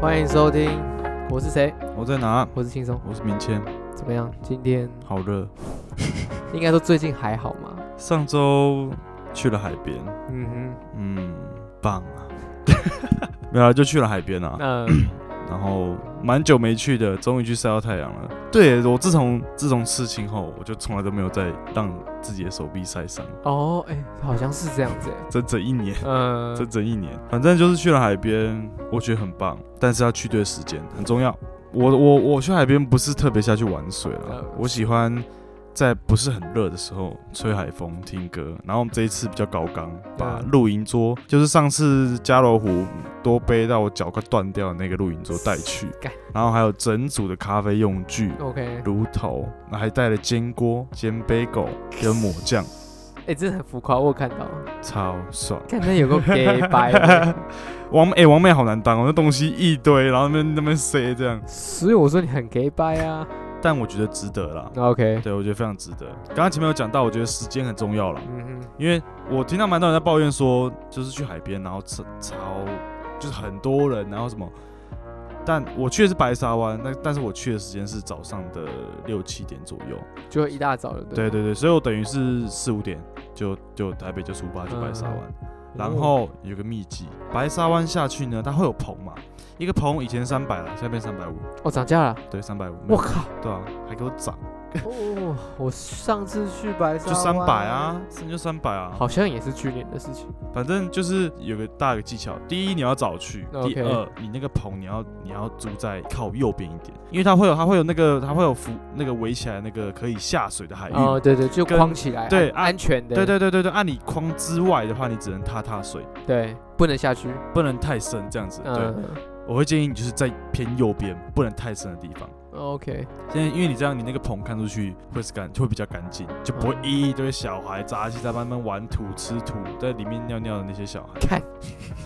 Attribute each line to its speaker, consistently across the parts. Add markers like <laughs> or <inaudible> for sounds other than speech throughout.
Speaker 1: 欢迎收听，我是谁？
Speaker 2: 我在哪？
Speaker 1: 我是轻松，
Speaker 2: 我是明谦，
Speaker 1: 怎么样？今天
Speaker 2: 好热。
Speaker 1: 应该说最近还好吗？
Speaker 2: 上周去了海边，
Speaker 1: 嗯
Speaker 2: 嗯，棒啊！ <laughs> 没有啦，就去了海边啊
Speaker 1: 哼，。那
Speaker 2: <coughs> 然后蛮久没去的，终于去晒到太阳了。对我自从自从刺青后，我就从来都没有再让自己的手臂晒伤，
Speaker 1: 哦，哎、好像是这样子、哎
Speaker 2: 整整一年，
Speaker 1: 嗯、
Speaker 2: 整整一年。反正就是去了海边，我觉得很棒，但是要去对时间很重要。我我我去海边不是特别下去玩水了
Speaker 1: 呃，
Speaker 2: 我喜欢在不是很热的时候吹海风、听歌。然后我们这一次比较高纲，把
Speaker 1: 嗯
Speaker 2: 露营桌，就是上次嘉罗湖多背到我脚快断掉的那个露营桌带去
Speaker 1: 干，
Speaker 2: 然后还有整组的咖啡用具。
Speaker 1: OK，
Speaker 2: 炉头，那还带了煎锅、煎杯狗跟抹酱，
Speaker 1: 哎、真的很浮夸，我有看到，
Speaker 2: 超爽。
Speaker 1: 看那有
Speaker 2: <laughs>
Speaker 1: 个 gay 白的，
Speaker 2: 王哎、王妹好难当哦，那东西一堆，然后那边那边塞这样，
Speaker 1: 所以我说你很 gay 白啊。
Speaker 2: 但我觉得值得啦。
Speaker 1: OK，
Speaker 2: 对，我觉得非常值得。刚刚前面有讲到，我觉得时间很重要啦，
Speaker 1: 嗯哼，
Speaker 2: 因为我听到蛮多人在抱怨说，就是去海边，然后超超就是很多人，然后什么。但我去的是白沙湾，那但是我去的时间是早上的六七点左右。
Speaker 1: 就一大早就对
Speaker 2: 对
Speaker 1: 了，
Speaker 2: 对对，所以我等于是四五点就就台北就出发去白沙湾。
Speaker 1: 哦
Speaker 2: 然后有个秘籍，白沙湾下去呢，它会有棚嘛，一个棚以前三百了，现在变三百五，
Speaker 1: 哦涨价了，
Speaker 2: 对，三百五，
Speaker 1: 我靠，
Speaker 2: 对啊，还给我涨，
Speaker 1: 哦，我上次去白沙
Speaker 2: 就三百啊，，真就三百啊，
Speaker 1: 好像也是去年的事情，
Speaker 2: 反正就是有个大的技巧，第一你要早去，
Speaker 1: OK
Speaker 2: 第二你那个棚你要你要住在靠右边一点，因为它会有它会有那个它会有浮那个围起来那个可以下水的海域嘛，
Speaker 1: 哦对对，就
Speaker 2: 哎跟
Speaker 1: 框起来，
Speaker 2: 对
Speaker 1: 安
Speaker 2: 啊
Speaker 1: 安全的，
Speaker 2: 对对对对对，按、你框之外的话，你只能踏踏水，
Speaker 1: 对，不能下去，
Speaker 2: 不能太深这样子，对，
Speaker 1: 嗯
Speaker 2: 我会建议你就是在偏右边，不能太深的地方。
Speaker 1: ，OK，
Speaker 2: 现在因为你这样，你那个棚看出去会是干，会比较干净，就不会
Speaker 1: 嗯
Speaker 2: 一堆小孩杂七杂八慢慢玩土、吃土，在里面尿尿的那些小孩。
Speaker 1: 看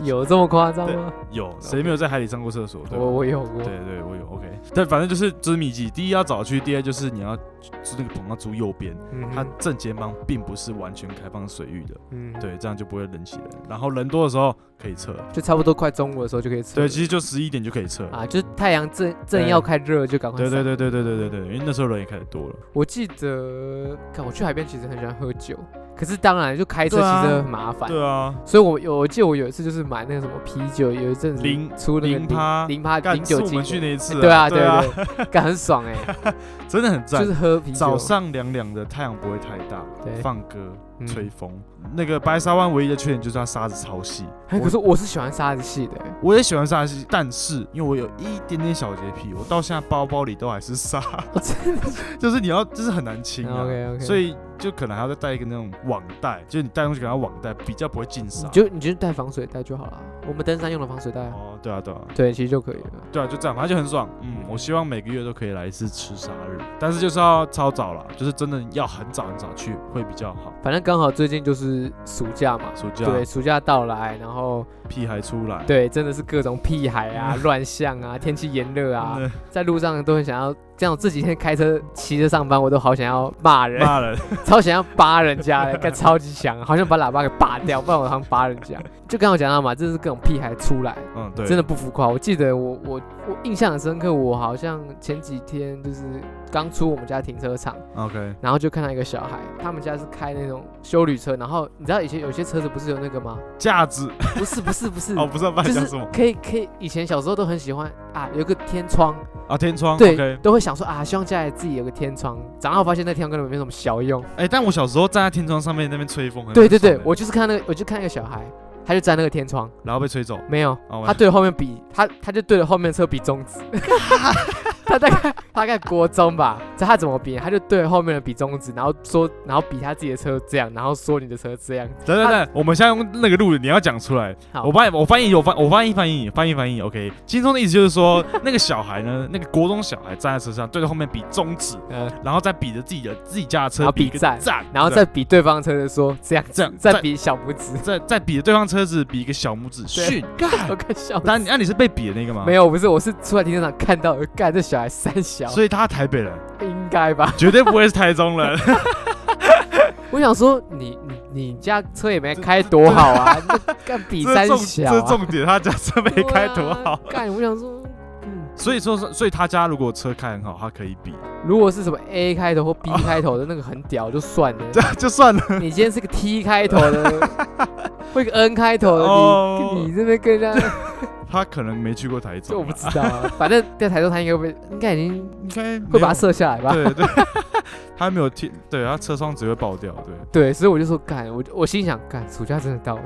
Speaker 1: 有这么夸张吗？
Speaker 2: 有谁没有在海里上过厕所？对吧
Speaker 1: 我我有过
Speaker 2: 对，对，我有 OK。但反正就是就是秘籍，第一要早去，第二就是你要租那个棚要租右边，
Speaker 1: 嗯
Speaker 2: 它正前方并不是完全开放水域的，
Speaker 1: 嗯，
Speaker 2: 对，这样就不会人挤人。然后人多的时候可以撤，
Speaker 1: 就差不多快中午的时候就可以吃了。
Speaker 2: 对，其实就十一点就可以撤。
Speaker 1: 啊，就是太阳正正要开热就赶快。
Speaker 2: 对对。对对对对对对，因为那时候人也开始多了。
Speaker 1: 我记得，看我去海边其实很喜欢喝酒，可是当然就开车
Speaker 2: 对啊
Speaker 1: 其实很麻烦。
Speaker 2: 对啊，
Speaker 1: 所以我有我记得我有一次就是买那个什么啤酒，有一阵子
Speaker 2: 零
Speaker 1: 出那个
Speaker 2: 零趴
Speaker 1: 零趴
Speaker 2: 干
Speaker 1: 零
Speaker 2: 是
Speaker 1: 酒
Speaker 2: 我
Speaker 1: 精
Speaker 2: 们去
Speaker 1: 的。
Speaker 2: 那一次、
Speaker 1: 对啊，
Speaker 2: 对
Speaker 1: 对，对，感很爽哎，
Speaker 2: <laughs> 真的很
Speaker 1: 就
Speaker 2: 赞
Speaker 1: 是。喝啤酒。
Speaker 2: 早上凉凉的，太阳不会太大，
Speaker 1: 对
Speaker 2: 放歌、
Speaker 1: 嗯
Speaker 2: 吹风。那个白沙湾唯一的缺点就是它沙子超细。
Speaker 1: 哎，可
Speaker 2: 我
Speaker 1: 是我是喜欢沙子系的欸，
Speaker 2: 我也喜欢沙子细，但是因为我有一点点小洁癖，我到现在包包里都还是沙，
Speaker 1: 我哦真的。
Speaker 2: <laughs>
Speaker 1: 哦
Speaker 2: 就是你要就是很难清啊。
Speaker 1: OK，OK
Speaker 2: 所以就可能还要再带一个那种网袋，就是你带东西给它网袋，比较不会进沙
Speaker 1: 你。就你就带防水袋就好了，啊我们登山用的防水袋啊，
Speaker 2: 哦，对啊，对啊，
Speaker 1: 对，其实就可以了。
Speaker 2: 对啊，就这样，反正就很爽。嗯，我希望每个月都可以来一次吃沙日，但是就是要超早啦，就是真的要很早很早去会比较好。
Speaker 1: 反正刚好最近就是暑假嘛，
Speaker 2: 暑假
Speaker 1: 对，暑假到来，然后
Speaker 2: 屁孩出来，
Speaker 1: 对，真的是各种屁孩啊、乱象
Speaker 2: <laughs>
Speaker 1: 啊、天气炎热啊，
Speaker 2: 嗯 <laughs>
Speaker 1: 在路上都很想要。这样我这几天开车、骑着上班，我都好想要骂人，
Speaker 2: 骂人，
Speaker 1: <laughs> 超想要扒人家的，干 <laughs> 超级想，好想把喇叭给拔掉，不然我好像扒人家。就刚好讲到嘛，真的是各种屁孩出来，
Speaker 2: 嗯，对，
Speaker 1: 真的不浮夸。我记得我我我印象很深刻，我好像前几天就是刚出我们家停车场。
Speaker 2: OK，
Speaker 1: 然后就看到一个小孩，他们家是开那种修旅车，然后你知道以前有些车子不是有那个
Speaker 2: <laughs>
Speaker 1: 吗？
Speaker 2: 架子
Speaker 1: 不是不是不是，
Speaker 2: 哦，不知道在
Speaker 1: 就
Speaker 2: 讲
Speaker 1: 是
Speaker 2: 什么
Speaker 1: 可以可以，以前小时候都很喜欢啊，有个天窗，
Speaker 2: 啊，天窗
Speaker 1: 对
Speaker 2: OK，
Speaker 1: 都会想说啊，希望家里自己有个天窗。长大后发现那天窗根本没什么小用。
Speaker 2: 哎，但我小时候站在天窗上面那边吹风，很
Speaker 1: 对对对
Speaker 2: 爽，欸
Speaker 1: 我就是看那个，我就看那个小孩，他就站那个天窗，
Speaker 2: 然后被吹走，
Speaker 1: 没有，
Speaker 2: 哦我
Speaker 1: 他对着后面比，他他就对着后面的车比中
Speaker 2: <laughs>
Speaker 1: 指。他大概大概国中吧，知道他怎么比？他就对着后面的比中指，然后说，然后比他自己的车这样，然后说你的车这样。
Speaker 2: 等等等，我们现在用那个路，你要讲出来。
Speaker 1: 好
Speaker 2: 我翻译，我翻译，我翻，我翻译翻译翻译翻译。OK，轻松的意思就是说， <laughs> 那个小孩呢，那个国中小孩站在车上，对着后面比中指，
Speaker 1: 呃，
Speaker 2: 然后再比着自己的自己家的
Speaker 1: 然
Speaker 2: 车
Speaker 1: 后比
Speaker 2: 一个
Speaker 1: 赞
Speaker 2: 赞，
Speaker 1: 然后
Speaker 2: 对
Speaker 1: 再比对方车子说这样子，
Speaker 2: 这样
Speaker 1: 再
Speaker 2: 再
Speaker 1: 比小拇指，
Speaker 2: 再再比着对方车子比一个小拇指
Speaker 1: 对 <laughs>
Speaker 2: 训。
Speaker 1: 我
Speaker 2: 干，
Speaker 1: 快笑死。
Speaker 2: 那你那你是被比的那个吗？
Speaker 1: <laughs> 没有，不是，我是出来停车场看到，我干这小孩三小，
Speaker 2: 所以他台北人，
Speaker 1: 应该吧？
Speaker 2: 绝对不会是台中人。
Speaker 1: 我想说你你你家车也没开多好啊，那干比
Speaker 2: 这
Speaker 1: 三
Speaker 2: 重
Speaker 1: 小、
Speaker 2: 这
Speaker 1: 啊，
Speaker 2: 重点，他假设没开多好。
Speaker 1: 对啊干，我想说
Speaker 2: 所以说，所以他家如果车开很好，他可以比， <laughs>
Speaker 1: 如果是什么 A 开头或 B 开头的那个很屌就算了，
Speaker 2: 这就算了。
Speaker 1: 你今天是个 T 开头
Speaker 2: <laughs>
Speaker 1: 的，或一个 N 开头的，
Speaker 2: 哦
Speaker 1: 你你这边跟人家，
Speaker 2: <laughs> 他可能没去过台
Speaker 1: 这我
Speaker 2: 中
Speaker 1: 不
Speaker 2: 啊，
Speaker 1: 知道啊。反正在台中他应该会，应该已经
Speaker 2: 应该没有
Speaker 1: 会把它射下来吧？
Speaker 2: 对 <laughs> 对，他没有贴，对他车窗只会爆掉。对
Speaker 1: 对，所以我就说干，我我心想干，暑假真的到了，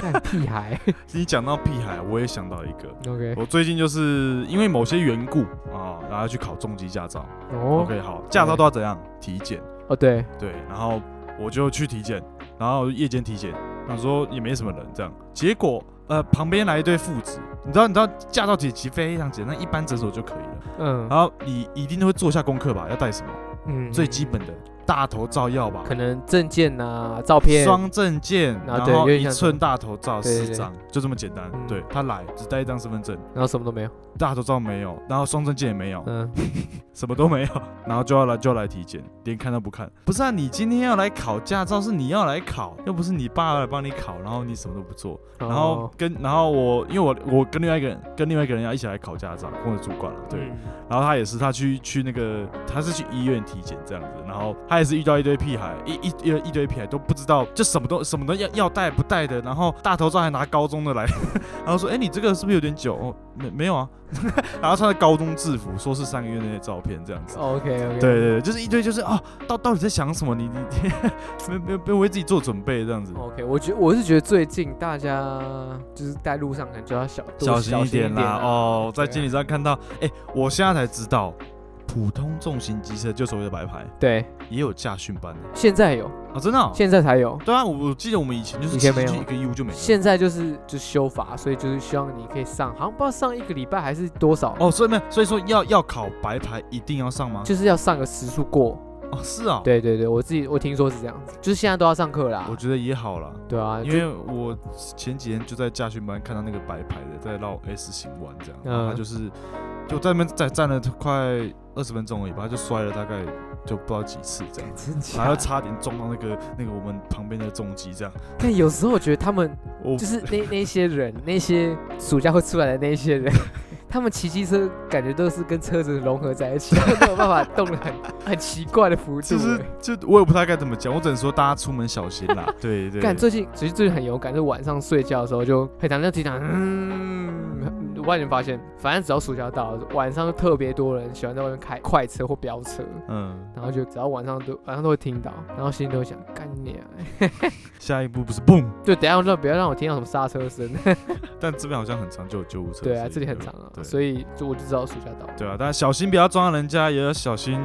Speaker 1: 干屁
Speaker 2: <laughs>
Speaker 1: 孩。
Speaker 2: 你讲到屁孩，我也想到一个，
Speaker 1: OK，
Speaker 2: 我最近就是因为某些缘故啊，然后去考重机驾照。
Speaker 1: 哦
Speaker 2: OK，好，驾照都要怎样体检？
Speaker 1: 哦对，
Speaker 2: 对，然后我就去体检，然后夜间体检，想说也没什么人这样，结果呃旁边来一对父子，你知道你知道驾照体其实非常简单，一般诊所就可以了。
Speaker 1: 嗯
Speaker 2: 然后你一定会做下功课吧，要带什么？
Speaker 1: 嗯，
Speaker 2: 最基本的大头照要吧，
Speaker 1: 可能证件呐、照片，
Speaker 2: 双证件，
Speaker 1: 啊
Speaker 2: 然
Speaker 1: 对有
Speaker 2: 后
Speaker 1: 点
Speaker 2: 一
Speaker 1: 像
Speaker 2: 寸大头照
Speaker 1: 对对
Speaker 2: 四
Speaker 1: 对
Speaker 2: 张，就这么简单
Speaker 1: 嗯。
Speaker 2: 对他来只带一张身份证，
Speaker 1: 然后什么都没有。
Speaker 2: 大头照没有，然后双证件也没有，
Speaker 1: 嗯，
Speaker 2: 什么都没有， <laughs> 然后就要来就要来体检，连看都不看。不是啊，你今天要来考驾照是你要来考，又不是你爸来帮你考，然后你什么都不做，然后
Speaker 1: 哦
Speaker 2: 跟然后我因为我我跟另外一个人跟另外一个人要一起来考驾照，跟我的主管了，对，
Speaker 1: 嗯
Speaker 2: 然后他也是，他去去那个，他是去医院体检这样子，然后他也是遇到一堆屁孩，一一一一堆屁孩都不知道，就什么都什么都要要带不带的，然后大头照还拿高中的来， <laughs> 然后说，哎，你这个是不是有点久？哦，没没有啊， <laughs> 然后穿着高中制服，说是上个月那些照片这样子。
Speaker 1: OK OK，
Speaker 2: 对对对，就是一堆就是啊，到到底在想什么？你你没没没为自己做准备这样子，
Speaker 1: OK，我觉我是觉得最近大家就是在路上可能就要小多
Speaker 2: 小心一点啦。
Speaker 1: 啊
Speaker 2: 哦，在
Speaker 1: 对啊
Speaker 2: 监理站看到，哎，我现在才知道，普通重型机车就所谓的白牌
Speaker 1: 对，
Speaker 2: 也有驾训班的。
Speaker 1: 现在有，
Speaker 2: 啊，真的哦、
Speaker 1: 现在才有，
Speaker 2: 对啊，我我记得我们以前就是
Speaker 1: 以前
Speaker 2: 骑进
Speaker 1: 没有
Speaker 2: 去一个义务就没了。
Speaker 1: 现在就是就修法，所以就是希望你可以上，好像不知道上一个礼拜还是多少，
Speaker 2: 哦，所以没有，所以说要要考白牌一定要上吗？
Speaker 1: 就是要上个时数过。
Speaker 2: 哦，是啊、，
Speaker 1: 对对对，我自己我听说是这样子，就是现在都要上课啦
Speaker 2: 我。觉得也好啦，
Speaker 1: 对啊，
Speaker 2: 因
Speaker 1: 就
Speaker 2: 为我前几天就在驾训班看到那个白牌的在绕 S 型弯这样，
Speaker 1: 嗯
Speaker 2: 然后他就是就在那边再站了快二十分钟而已吧，他就摔了大概就不知道几次这样，
Speaker 1: 真
Speaker 2: 然后
Speaker 1: 假，
Speaker 2: 差点撞到那个那个我们旁边的重
Speaker 1: <laughs>
Speaker 2: 机这样，
Speaker 1: 但有时候我觉得他们
Speaker 2: 我
Speaker 1: 就是那那些人，那些暑假会出来的那些人，他们骑机车感觉都是跟车子融合在一起， <laughs> 他们没有办法动的很很奇怪的幅
Speaker 2: 其
Speaker 1: 度。
Speaker 2: 实
Speaker 1: 欸
Speaker 2: 就我也不太该怎么讲，我只能说大家出门小心啦，
Speaker 1: <laughs>
Speaker 2: 对对，
Speaker 1: 干最近其实最近很有感，就晚上睡觉的时候就很常在机场，嗯，我外人发现，反正只要暑假到了，晚上就特别多人喜欢在外面开快车或飙车，
Speaker 2: 嗯，
Speaker 1: 然后就只要晚上都晚上都会听到，然后心里都会想干你啊！
Speaker 2: 下一步不是蹦。
Speaker 1: 就等一下让不要让我听到什么刹车声。 <laughs>
Speaker 2: 但这边好像很长就有救护车。
Speaker 1: 对啊，这里很长啊，
Speaker 2: 对
Speaker 1: 所以就我就知道暑假到了。
Speaker 2: 对啊，但小心不要撞到人家，也要小心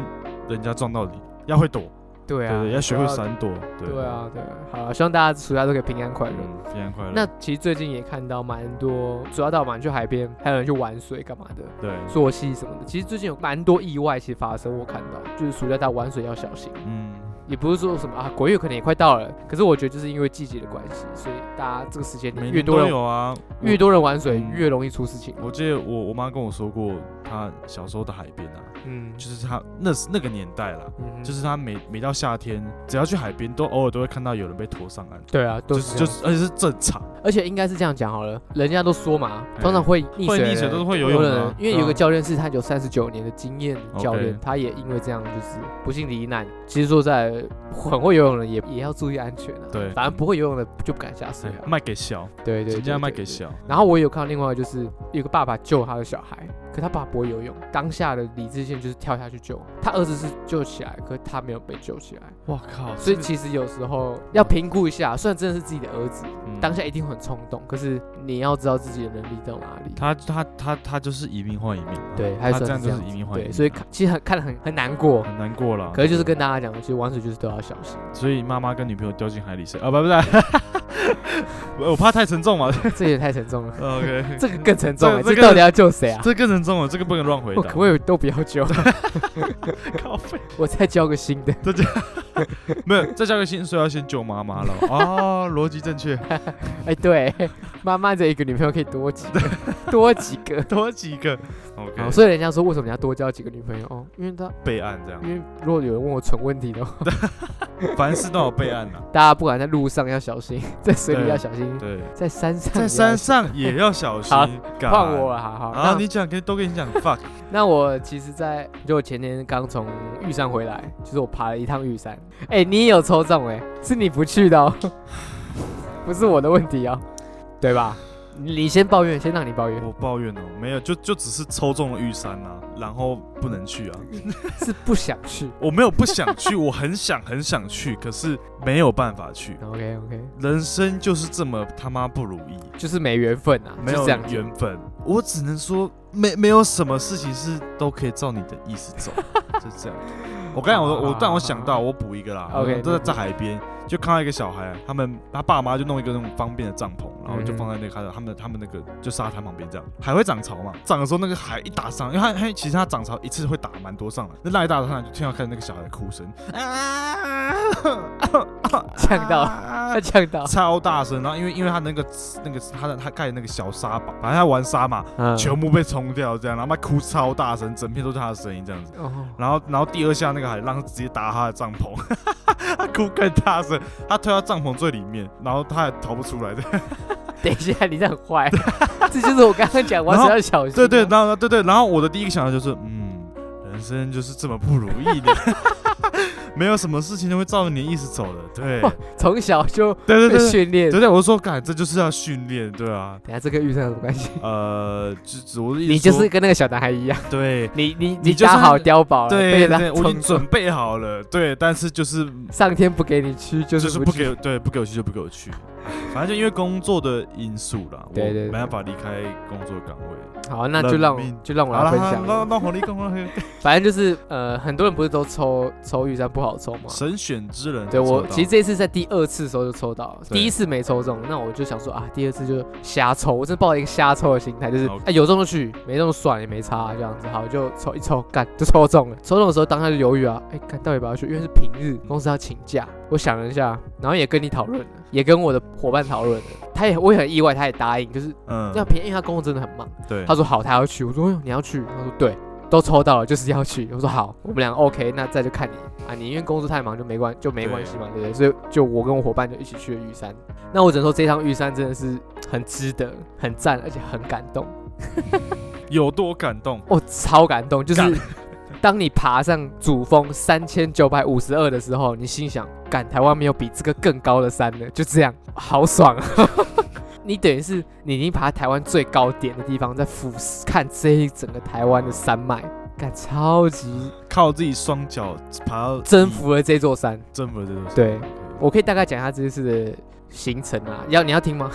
Speaker 2: 人家撞到你，要会躲，
Speaker 1: 对
Speaker 2: 对
Speaker 1: 啊，
Speaker 2: 对，要学会闪躲，对
Speaker 1: 对，啊，对啊，好了，希望大家暑假都可以平安快乐。
Speaker 2: 嗯，平安快乐。
Speaker 1: 那其实最近也看到蛮多，主要到蛮去海边，还有人去玩水干嘛的，
Speaker 2: 对，
Speaker 1: 做戏什么的。其实最近有蛮多意外，其实发生，我看到就是暑假到玩水要小心，
Speaker 2: 嗯，
Speaker 1: 也不是说什么啊，鬼月可能也快到了，可是我觉得就是因为季节的关系，所以大家这个时间
Speaker 2: 每
Speaker 1: 越
Speaker 2: 年
Speaker 1: 多
Speaker 2: 都
Speaker 1: 人
Speaker 2: 有啊，我
Speaker 1: 越。多人玩水，
Speaker 2: 嗯
Speaker 1: 越容易出事情。
Speaker 2: 我记得我我妈跟我说过，她小时候的海边啊，
Speaker 1: 嗯，
Speaker 2: 就是她那时那个年代啦，
Speaker 1: 嗯
Speaker 2: 就是她每每到夏天，只要去海边，都偶尔都会看到有人被拖上岸，
Speaker 1: 对啊，都
Speaker 2: 就是是
Speaker 1: 这
Speaker 2: 就
Speaker 1: 样
Speaker 2: 是而且是正常，
Speaker 1: 而且应该是这样讲好了，人家都说嘛，通常会溺水的人，
Speaker 2: 哎会溺水都是会游
Speaker 1: 泳
Speaker 2: 泳的啊
Speaker 1: 人因为有个教练是他有三十九年的经验教练
Speaker 2: OK
Speaker 1: 他也因为这样就是不幸罹难。其实说实在很会游泳的人也也要注意安全啊。
Speaker 2: 对
Speaker 1: 反正不会游泳的就不敢下水
Speaker 2: 哎
Speaker 1: 啊。
Speaker 2: 卖给小，
Speaker 1: 对对对
Speaker 2: 人家卖
Speaker 1: 对
Speaker 2: 给
Speaker 1: 对
Speaker 2: 啊小，
Speaker 1: 然后我有看到另外一个就是有个爸爸救他的小孩，可他爸不会游泳，当下的理智线就是跳下去救他儿子是救起来，可他没有被救起来，
Speaker 2: 哇靠，
Speaker 1: 所以
Speaker 2: 这个
Speaker 1: 其实有时候要评估一下，虽然真的是自己的儿子，
Speaker 2: 嗯
Speaker 1: 当下一定很冲动，可是你要知道自己的能力到哪里。
Speaker 2: 他他他他就是一命换一命啊，
Speaker 1: 对还
Speaker 2: 他
Speaker 1: 算
Speaker 2: 这
Speaker 1: 是这
Speaker 2: 样就
Speaker 1: 样
Speaker 2: 是一命换一命
Speaker 1: 对，
Speaker 2: 啊，嗯
Speaker 1: 所以看其实很看得很很难过，
Speaker 2: 很难过了。
Speaker 1: 可是就是跟大家讲，其实玩水就是都要小
Speaker 2: <laughs>
Speaker 1: 心，
Speaker 2: 所以妈妈跟女朋友掉进海里是啊，不不是， <laughs> 我怕太沉重嘛。，
Speaker 1: 这也太沉重了
Speaker 2: OK，
Speaker 1: 这个更沉重了，
Speaker 2: <laughs> 这
Speaker 1: 这
Speaker 2: 个
Speaker 1: 到底要救谁啊？
Speaker 2: 这更沉重了，这个不能乱回
Speaker 1: <laughs> 我
Speaker 2: 答。
Speaker 1: 可不可以都不要救？
Speaker 2: <laughs> 靠背？
Speaker 1: <laughs> 我再交个新
Speaker 2: <laughs>
Speaker 1: 的。
Speaker 2: 没有，再加个新，所以要先救妈妈了。哦，逻辑正确，
Speaker 1: 哎，对，妈妈这一个女朋友可以多几
Speaker 2: <laughs>
Speaker 1: 个，多几个。
Speaker 2: 多几个。
Speaker 1: 好
Speaker 2: OK，
Speaker 1: 所以人家说为什么你要多交几个女朋友？哦，因为他
Speaker 2: 备案这样
Speaker 1: 因。为如果有人问我蠢问题的话，
Speaker 2: 凡事都有备案呐。
Speaker 1: 大家不管在路上要小心，在水里
Speaker 2: 对
Speaker 1: 要小心， <laughs>
Speaker 2: 对，
Speaker 1: 在山上也
Speaker 2: 在
Speaker 1: 要
Speaker 2: 山
Speaker 1: 小
Speaker 2: 上也要小心
Speaker 1: 啊好。
Speaker 2: 干
Speaker 1: 换我了，好好。
Speaker 2: 啊！
Speaker 1: 那
Speaker 2: 你讲，跟都跟你讲 fuck，
Speaker 1: 那我其实在，就我前天刚从玉山回来，就是我爬了一趟玉山。哎、你也有抽中哎、是你不去的哦， <laughs> 不是我的问题哦，对吧？你你先抱怨，先让你抱怨，
Speaker 2: 我抱怨哦，没有，就就只是抽中了玉山啊，然后不能去啊。
Speaker 1: 是不想去。 <laughs>
Speaker 2: 我没有不想去，我很想很想去，可是没有办法去。
Speaker 1: OK OK，
Speaker 2: 人生就是这么他妈不如意，
Speaker 1: 就是没缘分啊，
Speaker 2: 没
Speaker 1: 就
Speaker 2: 有
Speaker 1: 这样子。
Speaker 2: 缘分。我只能说，没没有什么事情是都可以照你的意思
Speaker 1: <laughs>
Speaker 2: 走，就这样。我刚才我我但我想到我补一个啦
Speaker 1: 啊 OK，
Speaker 2: 都在在海边就看到一个小孩，他们他爸妈就弄一个那种方便的帐篷，然后就
Speaker 1: 嗯
Speaker 2: 放在那个他的他们他们那个就沙滩旁边这样。海会涨潮嘛，涨的时候那个海一打上，因为它它其实它涨潮一次会打蛮多上来，那浪一打上来就听到看那个小孩的哭声，啊，
Speaker 1: <laughs> 呛到
Speaker 2: 到
Speaker 1: 他呛到，
Speaker 2: 超大声，然后因为因为他那个那个他的他盖的那个小沙堡，反正他玩沙嘛，
Speaker 1: 嗯
Speaker 2: 全部被冲掉这样，然后他哭超大声，整片都是他的声音这样子。
Speaker 1: 哦，
Speaker 2: 然后然后第二下那个海浪直接打他的帐篷， <laughs> 他哭更大声，他推到帐篷最里面，然后他也逃不出来
Speaker 1: <laughs>
Speaker 2: 的。
Speaker 1: 等一下，你这很坏， <laughs> 这就是我刚刚讲，我
Speaker 2: 然后
Speaker 1: 只要小心啊。
Speaker 2: 对对，然后对对，然后我的第一个想法就是，嗯，人生就是这么不如意的。 <laughs> 没有什么事情都会照着你的意思走的，对，
Speaker 1: 哇从小就
Speaker 2: 对对
Speaker 1: 被
Speaker 2: 对对，
Speaker 1: 训练。等
Speaker 2: 对对，我就说，感这就是要训练，对啊，
Speaker 1: 一下这跟遇上有什么关系？
Speaker 2: 呃，就就我的意思
Speaker 1: 你就
Speaker 2: 说
Speaker 1: 是跟那个小男孩一样，
Speaker 2: 对
Speaker 1: 你你
Speaker 2: 你就
Speaker 1: 打好
Speaker 2: 是
Speaker 1: 碉堡了，
Speaker 2: 对
Speaker 1: 被他
Speaker 2: 对，我已经
Speaker 1: 冲撞
Speaker 2: 准备好了，对，但是就是
Speaker 1: <laughs> 上天不给你去， <laughs> 就
Speaker 2: 就是是
Speaker 1: 不
Speaker 2: 不
Speaker 1: 去
Speaker 2: 给对不给我去就不给我去，反正就因为工作的因素啦，我
Speaker 1: 对对对
Speaker 2: 没办法离开工作岗位。
Speaker 1: 好，那就让我
Speaker 2: 冷命
Speaker 1: 就让我
Speaker 2: 好
Speaker 1: 来
Speaker 2: 啦
Speaker 1: 分
Speaker 2: 好啦，那
Speaker 1: 享。
Speaker 2: 那红利工作
Speaker 1: 反正就是呃，很多人不是都抽抽预算不好抽吗？
Speaker 2: 神选之人
Speaker 1: 对
Speaker 2: 抽到，
Speaker 1: 我其实这一次在第二次的时候就抽到了，
Speaker 2: 对
Speaker 1: 第一次没抽中，那我就想说啊，第二次就瞎抽，我真的抱着一个瞎抽的心态，就是哎
Speaker 2: OK
Speaker 1: 有中就去，没中就算了也没差、啊这样子，好就抽一抽，干就抽中了。抽中的时候当下就犹豫啊，哎、干到底要不要去？因为是平日，公司要请假，我想了一下，然后也跟你讨论了，也跟我的伙伴讨论了，他也我也很意外，他也答应，就是
Speaker 2: 嗯
Speaker 1: 要便宜，因为他工作真的很忙。
Speaker 2: 对
Speaker 1: 他说好，他要去。我说、哎呦、你要去？他说对，都抽到了，就是要去。我说好，我们俩 OK，那再就看你啊，你因为工作太忙就没关就没
Speaker 2: 对
Speaker 1: 关系嘛，对不对？所以就我跟我伙伴就一起去了玉山。那我只能说这趟玉山真的是很值得，很赞，而且很感动。
Speaker 2: 有多感动，
Speaker 1: 我、哦超感动，就是
Speaker 2: 干
Speaker 1: <laughs> 当你爬上主峰三千九百五十二的时候，你心想，赶台湾没有比这个更高的山了，就这样，好爽啊！ <laughs> 你等于是你已经爬台湾最高点的地方，在俯视看这一整个台湾的山脉，感超级
Speaker 2: 靠自己双脚爬到
Speaker 1: 征服了这座山。
Speaker 2: 征服了这座山。
Speaker 1: 对
Speaker 2: OK，
Speaker 1: 我可以大概讲一下这次的行程啊，要你要听吗？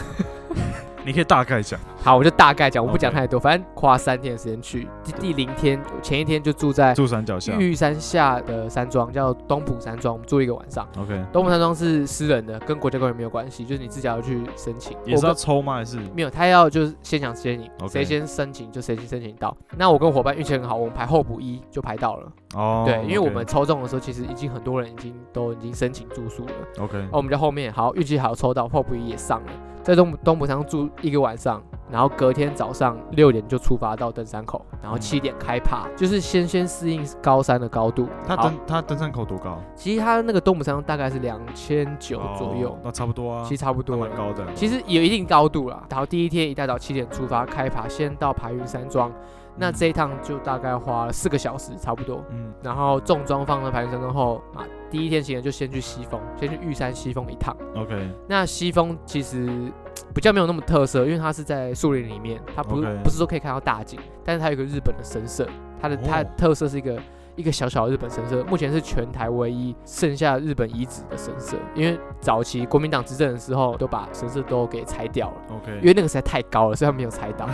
Speaker 2: 你可以大概讲，
Speaker 1: 好，我就大概讲，我不讲
Speaker 2: OK
Speaker 1: 太多，反正花三天的时间去。第第零天，我前一天就住在
Speaker 2: 住山脚下
Speaker 1: 玉山下的山庄叫东浦山庄，我们住一个晚上。
Speaker 2: ，OK，
Speaker 1: 东浦山庄是私人的，跟国家公园没有关系，就是你自己要去申请。
Speaker 2: 也是
Speaker 1: 我
Speaker 2: 要
Speaker 1: 跟
Speaker 2: 抽吗？还是
Speaker 1: 没有，他要就是先想先赢，
Speaker 2: OK
Speaker 1: 谁先申请就谁先申请到。那我跟我伙伴运气很好，我们排候补一就排到了。
Speaker 2: 哦？
Speaker 1: 对，因为我们抽中的时候，其实已经很多人已经都已经申请住宿了。
Speaker 2: OK，
Speaker 1: 哦，我们在后面好预计好抽到，候补一也上了，在东东浦山庄住一个晚上，然后隔天早上六点就出发到登山口，然后
Speaker 2: 嗯
Speaker 1: 七点开爬，就是先先适应高山的高度。
Speaker 2: 他
Speaker 1: 好
Speaker 2: 登他登山口多高？
Speaker 1: 其实它那个东武山庄大概是两千九左右，
Speaker 2: 哦那差不多啊，
Speaker 1: 其实差不多
Speaker 2: 那蛮
Speaker 1: 了。
Speaker 2: 高的。
Speaker 1: 其实有一定高度啦。然后第一天一大早七点出发开爬，先到排云山庄，那这一趟就大概花了四个小时差不多。
Speaker 2: 嗯，
Speaker 1: 然后重装放到排云山庄后啊，第一天行程就先去西峰，先去玉山西峰一趟。
Speaker 2: OK，
Speaker 1: 那西峰其实嘖比较没有那么特色，因为它是在树林里面，它不是
Speaker 2: OK
Speaker 1: 不是说可以看到大景，但是它有一个日本的神社，它的
Speaker 2: 哦
Speaker 1: 它的特色是一个一个小小的日本神社，目前是全台唯一剩下日本遗址的神社，因为早期国民党执政的时候都把神社都给拆掉了。
Speaker 2: OK，
Speaker 1: 因为那个实在太高了，所以他没有拆
Speaker 2: <laughs>
Speaker 1: 到，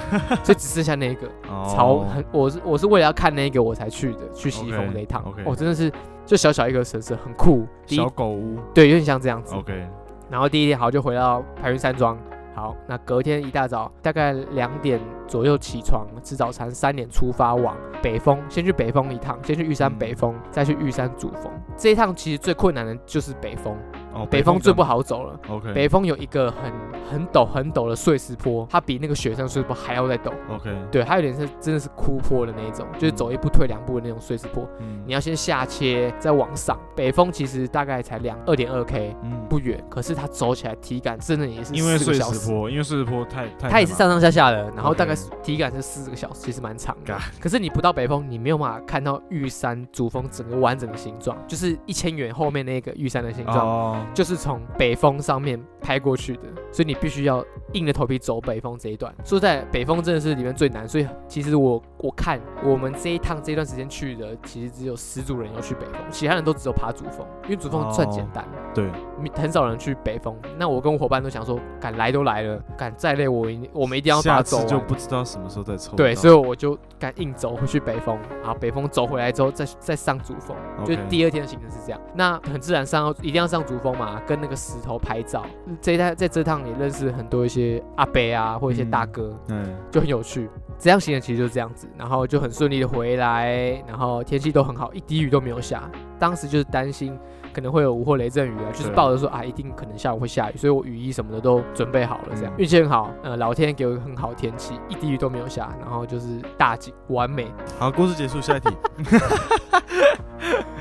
Speaker 1: 所以只剩下那一个超
Speaker 2: 哦
Speaker 1: 很。我是我是为了要看那一个我才去的，去西峰
Speaker 2: OK，
Speaker 1: 那一趟。
Speaker 2: OK
Speaker 1: 哦，真的是就小小一个神社，很酷。第一
Speaker 2: 小狗屋
Speaker 1: 对，有点像这样子。
Speaker 2: OK，
Speaker 1: 然后第一天好就回到排云山庄。好，那隔天一大早大概两点左右起床吃早餐，三点出发往北峰，先去北峰一趟，先去玉山
Speaker 2: 嗯
Speaker 1: 北峰，再去玉山主峰。这一趟其实最困难的就是北峰，
Speaker 2: 哦，
Speaker 1: 北峰
Speaker 2: 这
Speaker 1: 最
Speaker 2: 样
Speaker 1: 不好走了。
Speaker 2: OK
Speaker 1: 北峰有一个很很陡很陡的碎石坡，它比那个雪山碎石坡还要再陡。
Speaker 2: OK，
Speaker 1: 对，它有点是真的是哭坡的那一种，就是走一步退两步的那种碎石坡。
Speaker 2: 嗯
Speaker 1: 你要先下切，再往上。北峰其实大概才两二点二 k，
Speaker 2: 嗯，
Speaker 1: 不远，可是它走起来体感真的也是
Speaker 2: 因为
Speaker 1: 四个
Speaker 2: 碎
Speaker 1: 小
Speaker 2: 石
Speaker 1: 时。
Speaker 2: 坡，因为碎石坡太太
Speaker 1: 它也是上上下下的，然后
Speaker 2: OK
Speaker 1: 大概是体感是四个小时，其实蛮长的
Speaker 2: 干。
Speaker 1: 可是你不到北峰，你没有办法看到玉山主峰整个完整的形状，就是一千元后面那个玉山的形状，
Speaker 2: 哦，
Speaker 1: 就是从北峰上面拍过去的，所以你必须要硬着头皮走北峰这一段。说实在北峰真的是里面最难，所以其实我我看我们这一趟这段时间去的，其实只有十组人要去北峰，其他人都只有爬主峰，因为主峰算简单。
Speaker 2: 对，
Speaker 1: 你很少人去北峰，那我跟我伙伴都想说，敢来都来了，敢再累我一定我们一定要把它
Speaker 2: 下
Speaker 1: 走
Speaker 2: 次
Speaker 1: 完。
Speaker 2: 就不知道什么时候再抽到。
Speaker 1: 对，所以我就敢硬走回去北峰，然后北峰走回来之后再再上主峰
Speaker 2: OK
Speaker 1: 就第二天的行程是这样。那很自然上一定要上主峰嘛，跟那个石头拍照。这一趟在这趟也认识很多一些阿伯啊，或一些大哥，
Speaker 2: 嗯，
Speaker 1: 就很有趣。这样行程其实就是这样子，然后就很顺利的回来，然后天气都很好，一滴雨都没有下。当时就是担心可能会有午后雷阵雨啊，就是
Speaker 2: 对
Speaker 1: 抱着说啊，一定可能下午会下雨，所以我雨衣什么的都准备好了。这样
Speaker 2: 嗯
Speaker 1: 运气很好，呃，老天给我一个很好的天气，一滴雨都没有下，然后就是大景完美，
Speaker 2: 好，故事结束，下一题。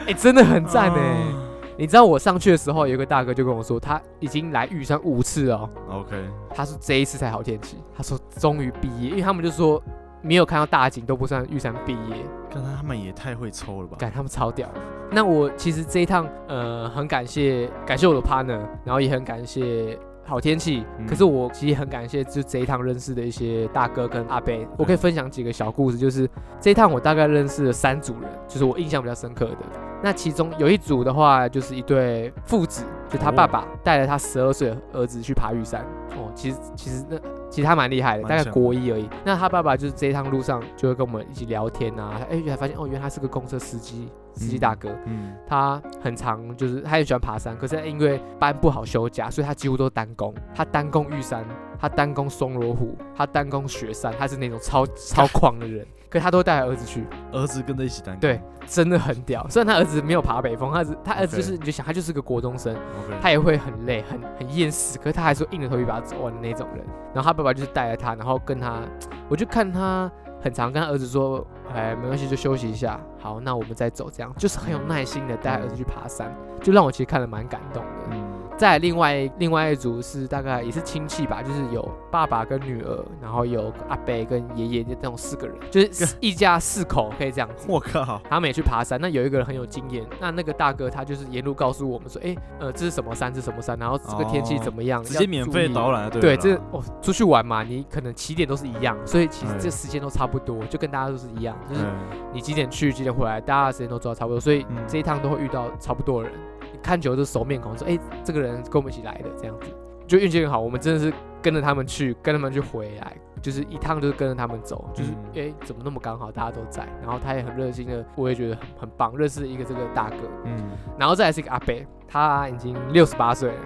Speaker 1: 哎、真的很赞哎、
Speaker 2: 啊
Speaker 1: 你知道我上去的时候，有一个大哥就跟我说，他已经来玉山五次了哦，
Speaker 2: OK，
Speaker 1: 他说这一次才好天气，他说终于毕业，因为他们就说没有看到大景都不算玉山毕业。
Speaker 2: 刚才他们也太会抽了吧？
Speaker 1: 感他们超屌。那我其实这一趟，呃，很感谢感谢我的 partner，然后也很感谢好天气。
Speaker 2: 嗯
Speaker 1: 可是我其实很感谢就这一趟认识的一些大哥跟阿伯。我可以分享几个小故事，就是这一趟我大概认识了三组人，就是我印象比较深刻的。那其中有一组的话，就是一对父子，就他
Speaker 2: 哦
Speaker 1: 爸爸带着他十二岁的儿子去爬玉山。哦，其实其实那其实他蛮厉害的，
Speaker 2: 蛮
Speaker 1: 大概
Speaker 2: 强的
Speaker 1: 国一而已。那他爸爸就是这一趟路上就会跟我们一起聊天啊，哎、原来发现哦，原来他是个公车司机，司机大哥。
Speaker 2: 嗯，
Speaker 1: 他很常就是他很喜欢爬山，可是因为班不好休假，所以他几乎都单攻。他单攻玉山，他单攻松罗湖，他单攻雪山，他是那种超超狂的人。 <laughs> 可是他都会带他儿子去，
Speaker 2: 儿子跟着一起单干。
Speaker 1: 对真的很屌。虽然他儿子没有爬北峰，他是他儿子就
Speaker 2: OK
Speaker 1: 是你就想他就是个国中生，
Speaker 2: ，OK，
Speaker 1: 他也会很累，很很厌世，可是他还说硬着头皮把它走完的那种人。然后他爸爸就是带着他，然后跟他，我就看他很常跟他儿子说，哎，没关系，就休息一下，好，那我们再走，这样就是很有耐心的带儿子去爬山，就让我其实看得蛮感动的。
Speaker 2: 嗯
Speaker 1: 再来另外另外一组是大概也是亲戚吧，就是有爸爸跟女儿，然后有阿伯跟爷爷就那种四个人，就是一家四口可以这样子。
Speaker 2: 我靠，
Speaker 1: 他们也去爬山，那有一个人很有经验，那那个大哥他就是沿路告诉我们说，哎、呃，这是什么山，这是什么山，然后这个天气怎么样，
Speaker 2: 直接免费导
Speaker 1: 览。
Speaker 2: 览啊，
Speaker 1: 对，
Speaker 2: 对
Speaker 1: 这
Speaker 2: 了啦
Speaker 1: 哦，出去玩嘛，你可能起点都是一样，所以其实
Speaker 2: 哎
Speaker 1: 这时间都差不多，就跟大家都是一样，就是
Speaker 2: 嗯
Speaker 1: 你几点去，几点回来，大家时间都知道差不多，所以
Speaker 2: 嗯
Speaker 1: 这一趟都会遇到差不多的人。你看久了就熟面孔，说哎、这个人跟我们一起来的，这样子就运气很好。我们真的是跟着他们去，跟他们去回来，就是一趟就是跟着他们走，就是哎、
Speaker 2: 嗯
Speaker 1: 怎么那么刚好大家都在，然后他也很热心的，我也觉得很很棒，认识一个这个大哥，
Speaker 2: 嗯，
Speaker 1: 然后再来是一个阿伯，他已经六十八岁了，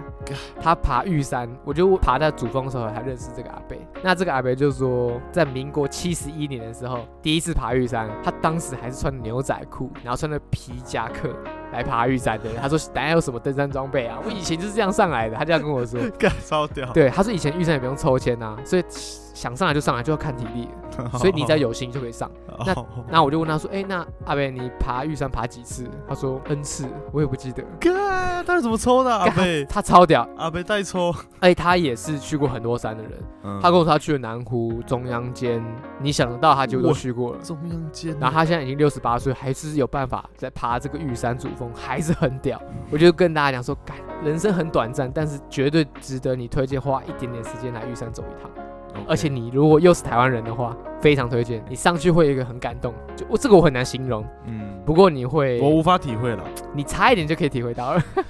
Speaker 1: 他爬玉山，我就爬到主峰的时候才认识这个阿伯。那这个阿伯就说，在民国七十一年的时候，第一次爬玉山，他当时还是穿牛仔裤，然后穿着皮夹克来爬玉山的。他说哪有什么登山装备啊，我以前就是这样上来的。他这样跟我说，
Speaker 2: 干超屌，
Speaker 1: 对，他说以前玉山也不用抽签啊，所以想上来就上来，就要看体力了，所以你只要有心就可以上。那
Speaker 2: 哦
Speaker 1: 那我就问他说，哎、那阿伯你爬玉山爬几次？他说 N 次，我也不记得。
Speaker 2: 干，他是怎么抽的啊？阿
Speaker 1: 干
Speaker 2: 贝，
Speaker 1: 他超屌，
Speaker 2: 阿贝代抽，
Speaker 1: 哎，他也是去过很多山的人。
Speaker 2: 嗯
Speaker 1: 他跟我说他去了南湖、中央间，你想得到他几乎都去过了。
Speaker 2: 中央间，
Speaker 1: 然后他现在已经六十八岁，还是有办法在爬这个玉山主峰，还是很屌。
Speaker 2: 嗯
Speaker 1: 我就跟大家讲说，干，人生很短暂，但是绝对值得你推荐花一点点时间来玉山走一趟。
Speaker 2: OK
Speaker 1: 而且你如果又是台湾人的话，非常推荐。你上去会有一个很感动，就我这个我很难形容，
Speaker 2: 嗯，
Speaker 1: 不过你会
Speaker 2: 我无法体会了，
Speaker 1: 你差一点就可以体会到了。 <laughs>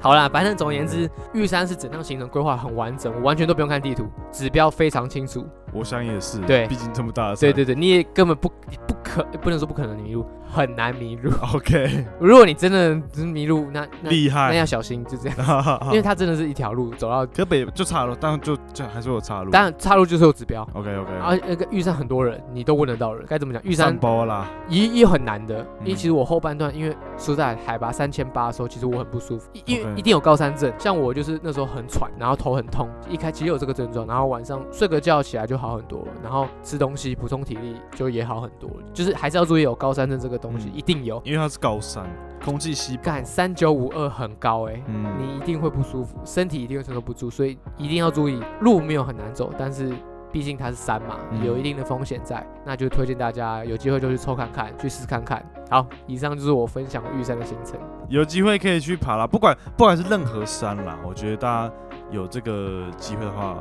Speaker 1: 好啦，反正总而言之，玉山是整趟行程规划很完整，我完全都不用看地图，指标非常清楚。
Speaker 2: 我想也是，
Speaker 1: 对
Speaker 2: 毕竟这么大的山，
Speaker 1: 对对对，你也根本不不可不能说不可能迷路，很难迷路。
Speaker 2: ，OK，
Speaker 1: 如果你真的真迷路，那那
Speaker 2: 厉
Speaker 1: 那
Speaker 2: 害，
Speaker 1: 要小心，就这
Speaker 2: <laughs>
Speaker 1: 样，因
Speaker 2: 因
Speaker 1: 为它真的是一条路走到，
Speaker 2: 可北就岔路，当然就就还是有岔路，
Speaker 1: 当然岔路就是有指标。
Speaker 2: OK OK，
Speaker 1: 然后那个玉山很多人，你都问得到人，该怎么讲？玉山
Speaker 2: 包啦，
Speaker 1: 也也很难的，因为
Speaker 2: 嗯
Speaker 1: 其实我后半段因为说在海拔三千八的时候，其实我很不舒服，因因为
Speaker 2: OK
Speaker 1: 一定有高山症。像我就是那时候很喘，然后头很痛，一开其实有这个症状，然后晚上睡个觉起来就好很多了，然后吃东西补充体力就也好很多了。就是还是要注意有高山症这个东西，
Speaker 2: 嗯
Speaker 1: 一定有。
Speaker 2: 因为它是高山，空气稀薄。
Speaker 1: 干三九五二很高哎、
Speaker 2: 嗯，
Speaker 1: 你一定会不舒服，身体一定会承受不住，所以一定要注意。路没有很难走，但是毕竟它是山嘛，
Speaker 2: 嗯
Speaker 1: 有一定的风险在，那就推荐大家有机会就去抽看看，去试看看。好，以上就是我分享玉山的行程。
Speaker 2: 有机会可以去爬啦，不管不管是任何山啦，我觉得大家有这个机会的话，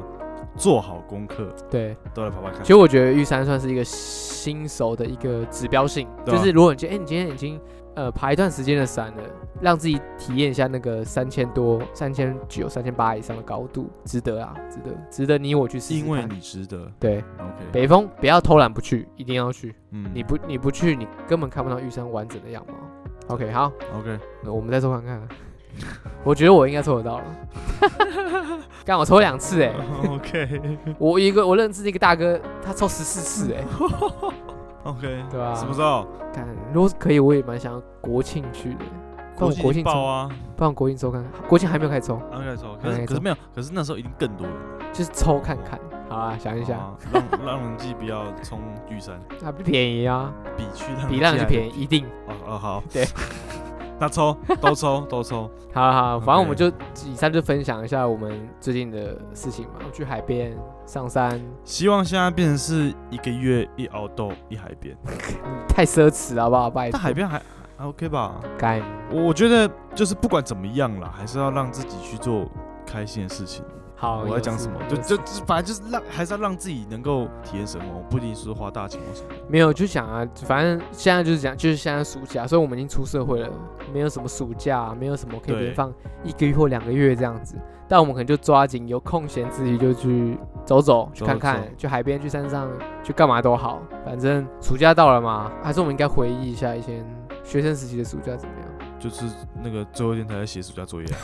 Speaker 2: 做好功课
Speaker 1: 对，
Speaker 2: 都来爬爬看
Speaker 1: 其。实我觉得玉山算是一个新手的一个指标性，
Speaker 2: 对啊
Speaker 1: 就是如果你今哎、你今天已经呃爬一段时间的山了，让自己体验一下那个三千多、三千九、三千八以上的高度，值得啊，值得，值得你我去试试
Speaker 2: 因为
Speaker 1: 看
Speaker 2: 你值得
Speaker 1: 对
Speaker 2: ，OK，
Speaker 1: 北峰不要偷懒不去，一定要去。
Speaker 2: 嗯，
Speaker 1: 你不你不去，你根本看不到玉山完整的样貌。OK，好，
Speaker 2: <laughs> OK，
Speaker 1: 那我们再抽看看。我觉得我应该抽得到了，干我抽两次哎、
Speaker 2: OK
Speaker 1: 我一个我认识的一个大哥，他抽十四次哎、
Speaker 2: OK，
Speaker 1: 对啊
Speaker 2: 什么时候？
Speaker 1: 看如果是可以，我也蛮想要国庆去的，帮我国庆抽
Speaker 2: 报，啊，
Speaker 1: 帮我国庆抽看看，国庆还没有开始抽，
Speaker 2: 刚开始抽，
Speaker 1: 还
Speaker 2: 可
Speaker 1: 没
Speaker 2: 是可
Speaker 1: 抽
Speaker 2: 是没有，可是那时候一定更多人。
Speaker 1: 就是抽看看。好啊，想一想，
Speaker 2: 啊让 <laughs> 让人记不要冲玉山，
Speaker 1: 那、不便宜啊，
Speaker 2: 比去让
Speaker 1: 比浪就便
Speaker 2: 宜。
Speaker 1: 宜，一定。
Speaker 2: 哦哦好，
Speaker 1: <laughs> 对，
Speaker 2: <laughs> 那抽都抽都抽，
Speaker 1: 好了好了，反正
Speaker 2: OK
Speaker 1: 我们就以上就分享一下我们最近的事情嘛，去海边、上山，
Speaker 2: 希望现在变成是一个月一熬豆一海边，
Speaker 1: 太奢侈了好不好？拜托
Speaker 2: 但，海边还还 OK 吧？
Speaker 1: 干
Speaker 2: 我我觉得就是不管怎么样啦，还是要让自己去做开心的事情。
Speaker 1: 好。
Speaker 2: 我在
Speaker 1: 有
Speaker 2: 讲
Speaker 1: 事
Speaker 2: 什么？
Speaker 1: 有
Speaker 2: 就
Speaker 1: 事
Speaker 2: 就就反正就是让还是要让自己能够体验生活，我不一定是花大钱或什么。
Speaker 1: 没有，就想啊，反正现在就是讲，就是现在暑假，所以我们已经出社会了，没有什么暑假、没有什么可以
Speaker 2: 对
Speaker 1: 连放一个月或两个月这样子。但我们可能就抓紧有空闲之余就去走走，去看看
Speaker 2: 走，
Speaker 1: 去海边，去山上，去干嘛都好。反正暑假到了嘛，还是我们应该回忆一下以前学生时期的暑假怎么样？
Speaker 2: <laughs> 就是那个最后一天才在写暑假作业啊，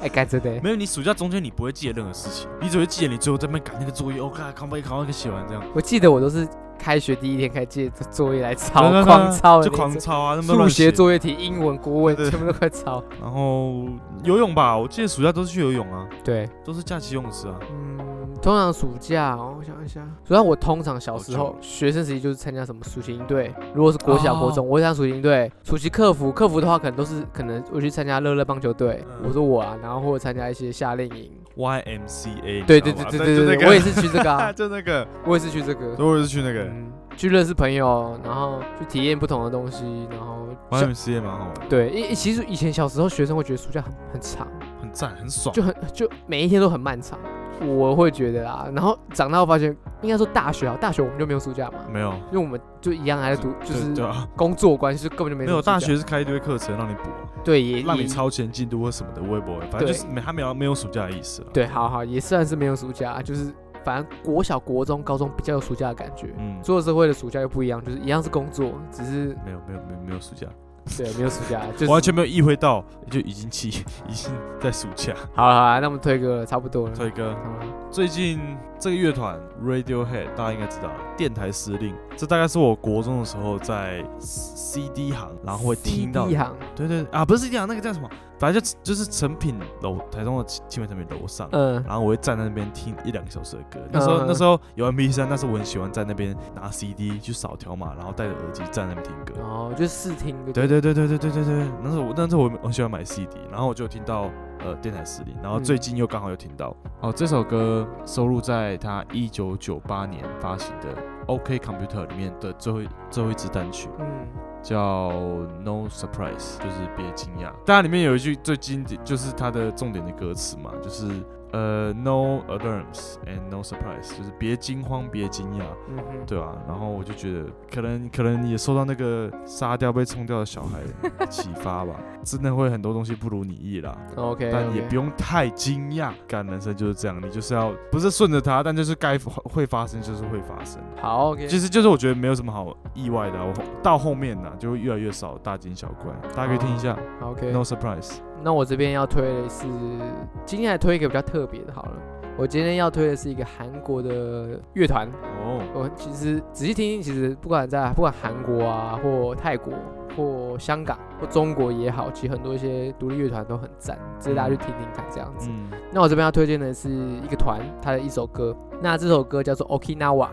Speaker 1: 哎，该真的。
Speaker 2: 没有你暑假中间你不会记得任何事情，你只会记得你最后在那边赶那个作业，哦，看扛把一扛把一个写完这样，
Speaker 1: 我记得我都是开学第一天开始借作业来抄，
Speaker 2: 对对对
Speaker 1: 狂抄的
Speaker 2: 就
Speaker 1: 那
Speaker 2: 狂
Speaker 1: 种
Speaker 2: 抄啊，那么
Speaker 1: 数
Speaker 2: 乱
Speaker 1: 学
Speaker 2: 写
Speaker 1: 作业题、英文、国文
Speaker 2: 对对
Speaker 1: 全部都快
Speaker 2: <laughs>
Speaker 1: 抄。
Speaker 2: 然后游泳吧，我记得暑假都是去游泳啊，
Speaker 1: 对，
Speaker 2: 都是假期泳池啊。
Speaker 1: 嗯，通常暑假、哦，我想一下，主要我通常小时
Speaker 2: 好
Speaker 1: 候
Speaker 2: 久
Speaker 1: 学生时期就是参加什么暑期营队，如果是国小、
Speaker 2: 哦
Speaker 1: 国中，我会参加暑期营队，暑期客服，客服的话可能都是可能我去参加乐乐棒球队，
Speaker 2: 嗯
Speaker 1: 我说我啊，然后或者参加一些夏令营，
Speaker 2: YMCA，
Speaker 1: 对对对
Speaker 2: 你知道吧
Speaker 1: 对对对，
Speaker 2: 就那个
Speaker 1: 我也是去这个、
Speaker 2: <laughs>，
Speaker 1: 啊
Speaker 2: 就那个，
Speaker 1: 我也是去这个，
Speaker 2: 所以我也是去那个
Speaker 1: 嗯，去认识朋友，然后去体验不同的东西，然后像
Speaker 2: YMCA 蛮好玩的，
Speaker 1: 对，因因其实以前小时候学生会觉得暑假很很长，
Speaker 2: 很赞，很爽。
Speaker 1: 就很就每一天都很漫长，我会觉得啦。然后长大后发现，应该说大学啊，大学我们就没有暑假嘛，
Speaker 2: 没有，
Speaker 1: 因为我们就一样还在读，就
Speaker 2: 对对
Speaker 1: 是
Speaker 2: 啊，
Speaker 1: 工作关系，就根本就没
Speaker 2: 没
Speaker 1: 什么
Speaker 2: 有
Speaker 1: 暑假
Speaker 2: 大学是开一堆课程让你补啊，
Speaker 1: 对也
Speaker 2: 让
Speaker 1: 也
Speaker 2: 你超前进度或什么的，我也不会，反正就是没他没有没有暑假的意思啊。
Speaker 1: 对，好好也算是没有暑假，就是反正国小、国中、高中比较有暑假的感觉。
Speaker 2: 嗯，
Speaker 1: 出了社会的暑假又不一样，就是一样是工作，只是
Speaker 2: 没有没有没有没有暑假，
Speaker 1: 对没有暑假，就是
Speaker 2: 我完全没有意会到，就已经期 <laughs> 已经在暑假。
Speaker 1: 好了好了，那我们推歌了，差不多了。
Speaker 2: 所以哥，
Speaker 1: 好了
Speaker 2: 最近这个乐团 Radiohead 大家应该知道，啊电台司令，这大概是我国中的时候在 CD 行，然后会听到
Speaker 1: CD 行，
Speaker 2: 对对啊，不是 CD 行，那个叫什么？反正就就是成品楼，台中的青美成品楼上。
Speaker 1: 嗯，
Speaker 2: 然后我会站在那边听一两个小时的歌。那时候、
Speaker 1: 嗯
Speaker 2: 那时候有 MP 三，但是我很喜欢在那边拿 CD 去扫条码，然后戴着耳机站在那边听歌。
Speaker 1: 哦，就试听就
Speaker 2: 对对对对对对对对，那时候我那时候我我很喜欢买 CD，然后我就听到呃电台司令，然后最近又刚好又听到、哦这首歌收录在他一九九八年发行的 OK Computer 里面的最后一最后一支单曲
Speaker 1: 嗯，
Speaker 2: 叫 No Surprise，就是别惊讶。当然里面有一句最经典就是它的重点的歌词嘛，就是呃 No alarms and no surprise，就是别惊慌别惊讶。
Speaker 1: 嗯哼，
Speaker 2: 对啊，然后我就觉得，可能可能也受到那个杀掉被冲掉的小
Speaker 1: <laughs>
Speaker 2: 孩启发吧，真的会很多东西不如你意啦，
Speaker 1: ，OK，
Speaker 2: 但也
Speaker 1: OK
Speaker 2: 不用太惊讶，干人生就是这样，你就是要不是顺着它，但就是该会发生就是会发生。
Speaker 1: 好，OK，
Speaker 2: 其实就是我觉得没有什么好意外的啊、我后到后面呢、就会越来越少大惊小怪，大家可以听一下、
Speaker 1: 好 OK，
Speaker 2: No Surprise，
Speaker 1: 那我这边要推的是，今天来推一个比较特别的，好了。我今天要推的是一个韩国的乐团，
Speaker 2: 哦，
Speaker 1: 我其实仔细听听，其实不管在不管韩国啊，或泰国，或香港，或中国也好，其实很多一些独立乐团都很赞，值得大家去听听看这样子。
Speaker 2: 嗯，
Speaker 1: 那我这边要推荐的是一个团，它的一首歌，那这首歌叫做 Okinawa。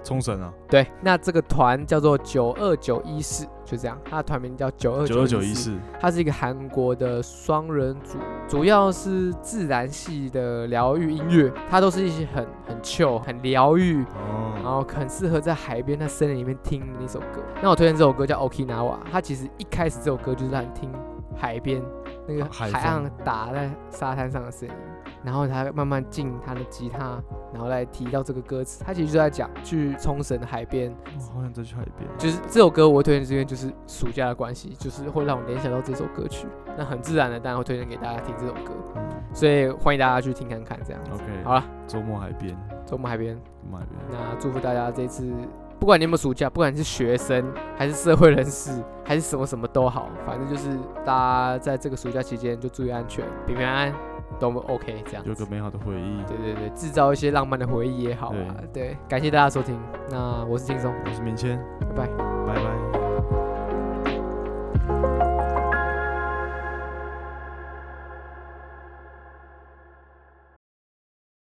Speaker 2: 冲绳啊，
Speaker 1: 对，那这个团叫做九二九一四，就这样，它的团名叫九二
Speaker 2: 九二九
Speaker 1: 一
Speaker 2: 一
Speaker 1: 四，
Speaker 2: 四，
Speaker 1: 它是一个韩国的双人组，主要是自然系的疗愈音乐，它都是一些很很 chill、很疗愈，然
Speaker 2: 哦，
Speaker 1: 后很适合在海边、在森林里面听的一首歌。那我推荐这首歌叫 Okinawa，它其实一开始这首歌就是让你听海边那个
Speaker 2: 海
Speaker 1: 海
Speaker 2: 风
Speaker 1: 浪打在沙滩上的声音，然后它慢慢进它的吉他，然后来提到这个歌词，它其实就在讲去冲绳的海边，
Speaker 2: 我好想再去海边，
Speaker 1: 就是这首歌我会推荐这边就是暑假的关系，就是会让我联想到这首歌曲，那很自然的当然会推荐给大家听这首歌，
Speaker 2: 嗯
Speaker 1: 所以欢迎大家去听看看这样子。
Speaker 2: ，OK，
Speaker 1: 好了，
Speaker 2: 周末海边，
Speaker 1: 周末海边。
Speaker 2: 周末海边，
Speaker 1: 那祝福大家这次，不管你有没有暑假，不管你是学生还是社会人士，还是什么什么都好，反正就是大家在这个暑假期间就注意安全，平平安安都 OK 这样
Speaker 2: 有
Speaker 1: 子
Speaker 2: 个。美好的回忆。
Speaker 1: 对对对，制造一些浪漫的回忆也好啊。对，感谢大家收听，那我是轻松，
Speaker 2: 我是明谦，
Speaker 1: 拜拜。
Speaker 2: 拜拜。
Speaker 3: 「